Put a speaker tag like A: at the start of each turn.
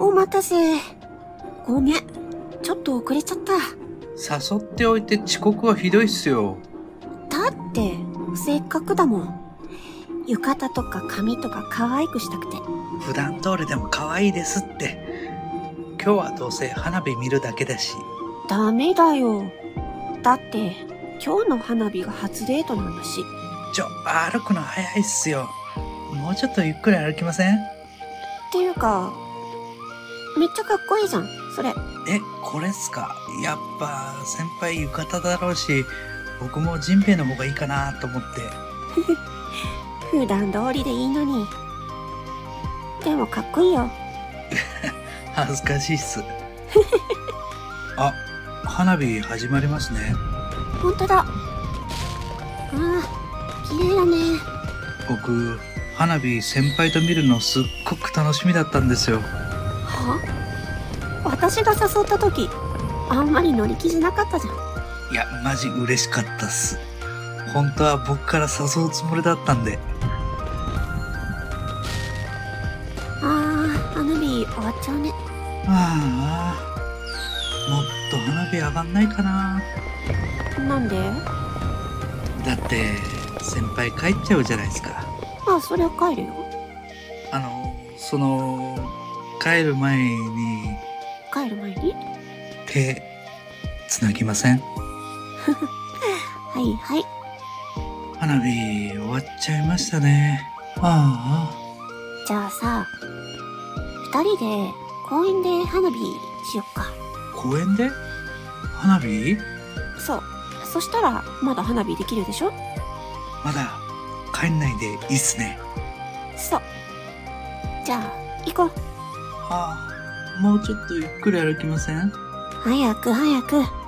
A: お待たせ。ごめん。ちょっと遅れちゃった。
B: 誘っておいて遅刻はひどいっすよ。
A: だって、せっかくだもん。浴衣とか髪とか可愛くしたくて。
B: 普段通りでも可愛いですって。今日はどうせ花火見るだけだし。
A: ダメだよ。だって、今日の花火が初デートなんだし。
B: ちょ、歩くの早いっすよ。もうちょっとゆっくり歩きません
A: っていうか、めっちゃかっこいいじゃん、それ。
B: え、これっすかやっぱ、先輩浴衣だろうし、僕もジンベエの方がいいかなと思って。
A: 普段通りでいいのに。でもかっこいいよ。
B: 恥ずかしいっ す。あ、花火始まりますね。
A: ほんとだ。ああ、綺麗だね。
B: 僕、花火先輩と見るのすっごく楽しみだったんですよ。
A: は私が誘った時、あんまり乗り気じゃなかったじゃん。
B: いや、マジ嬉しかったっす。本当は僕から誘うつもりだったんで。
A: ああ、花火終わっちゃうね。
B: ああ、もっと花火上がんないかな。
A: なんで
B: だって、先輩帰っちゃうじゃないですか。
A: あ、そりゃ帰るよ。
B: あの、その、帰る前に
A: 帰る前に
B: 手、つなぎません
A: はいはい。
B: 花火終わっちゃいましたね。あ
A: じゃあさ、二人で公園で花火しよっか。
B: あ、公園で花火
A: そう。そしたら、まだ花火できるでしょ
B: まだ帰んないでいいっすね。
A: そう。じゃあ、行こう。
B: ああ、もうちょっとゆっくり歩きません
A: 早く早く。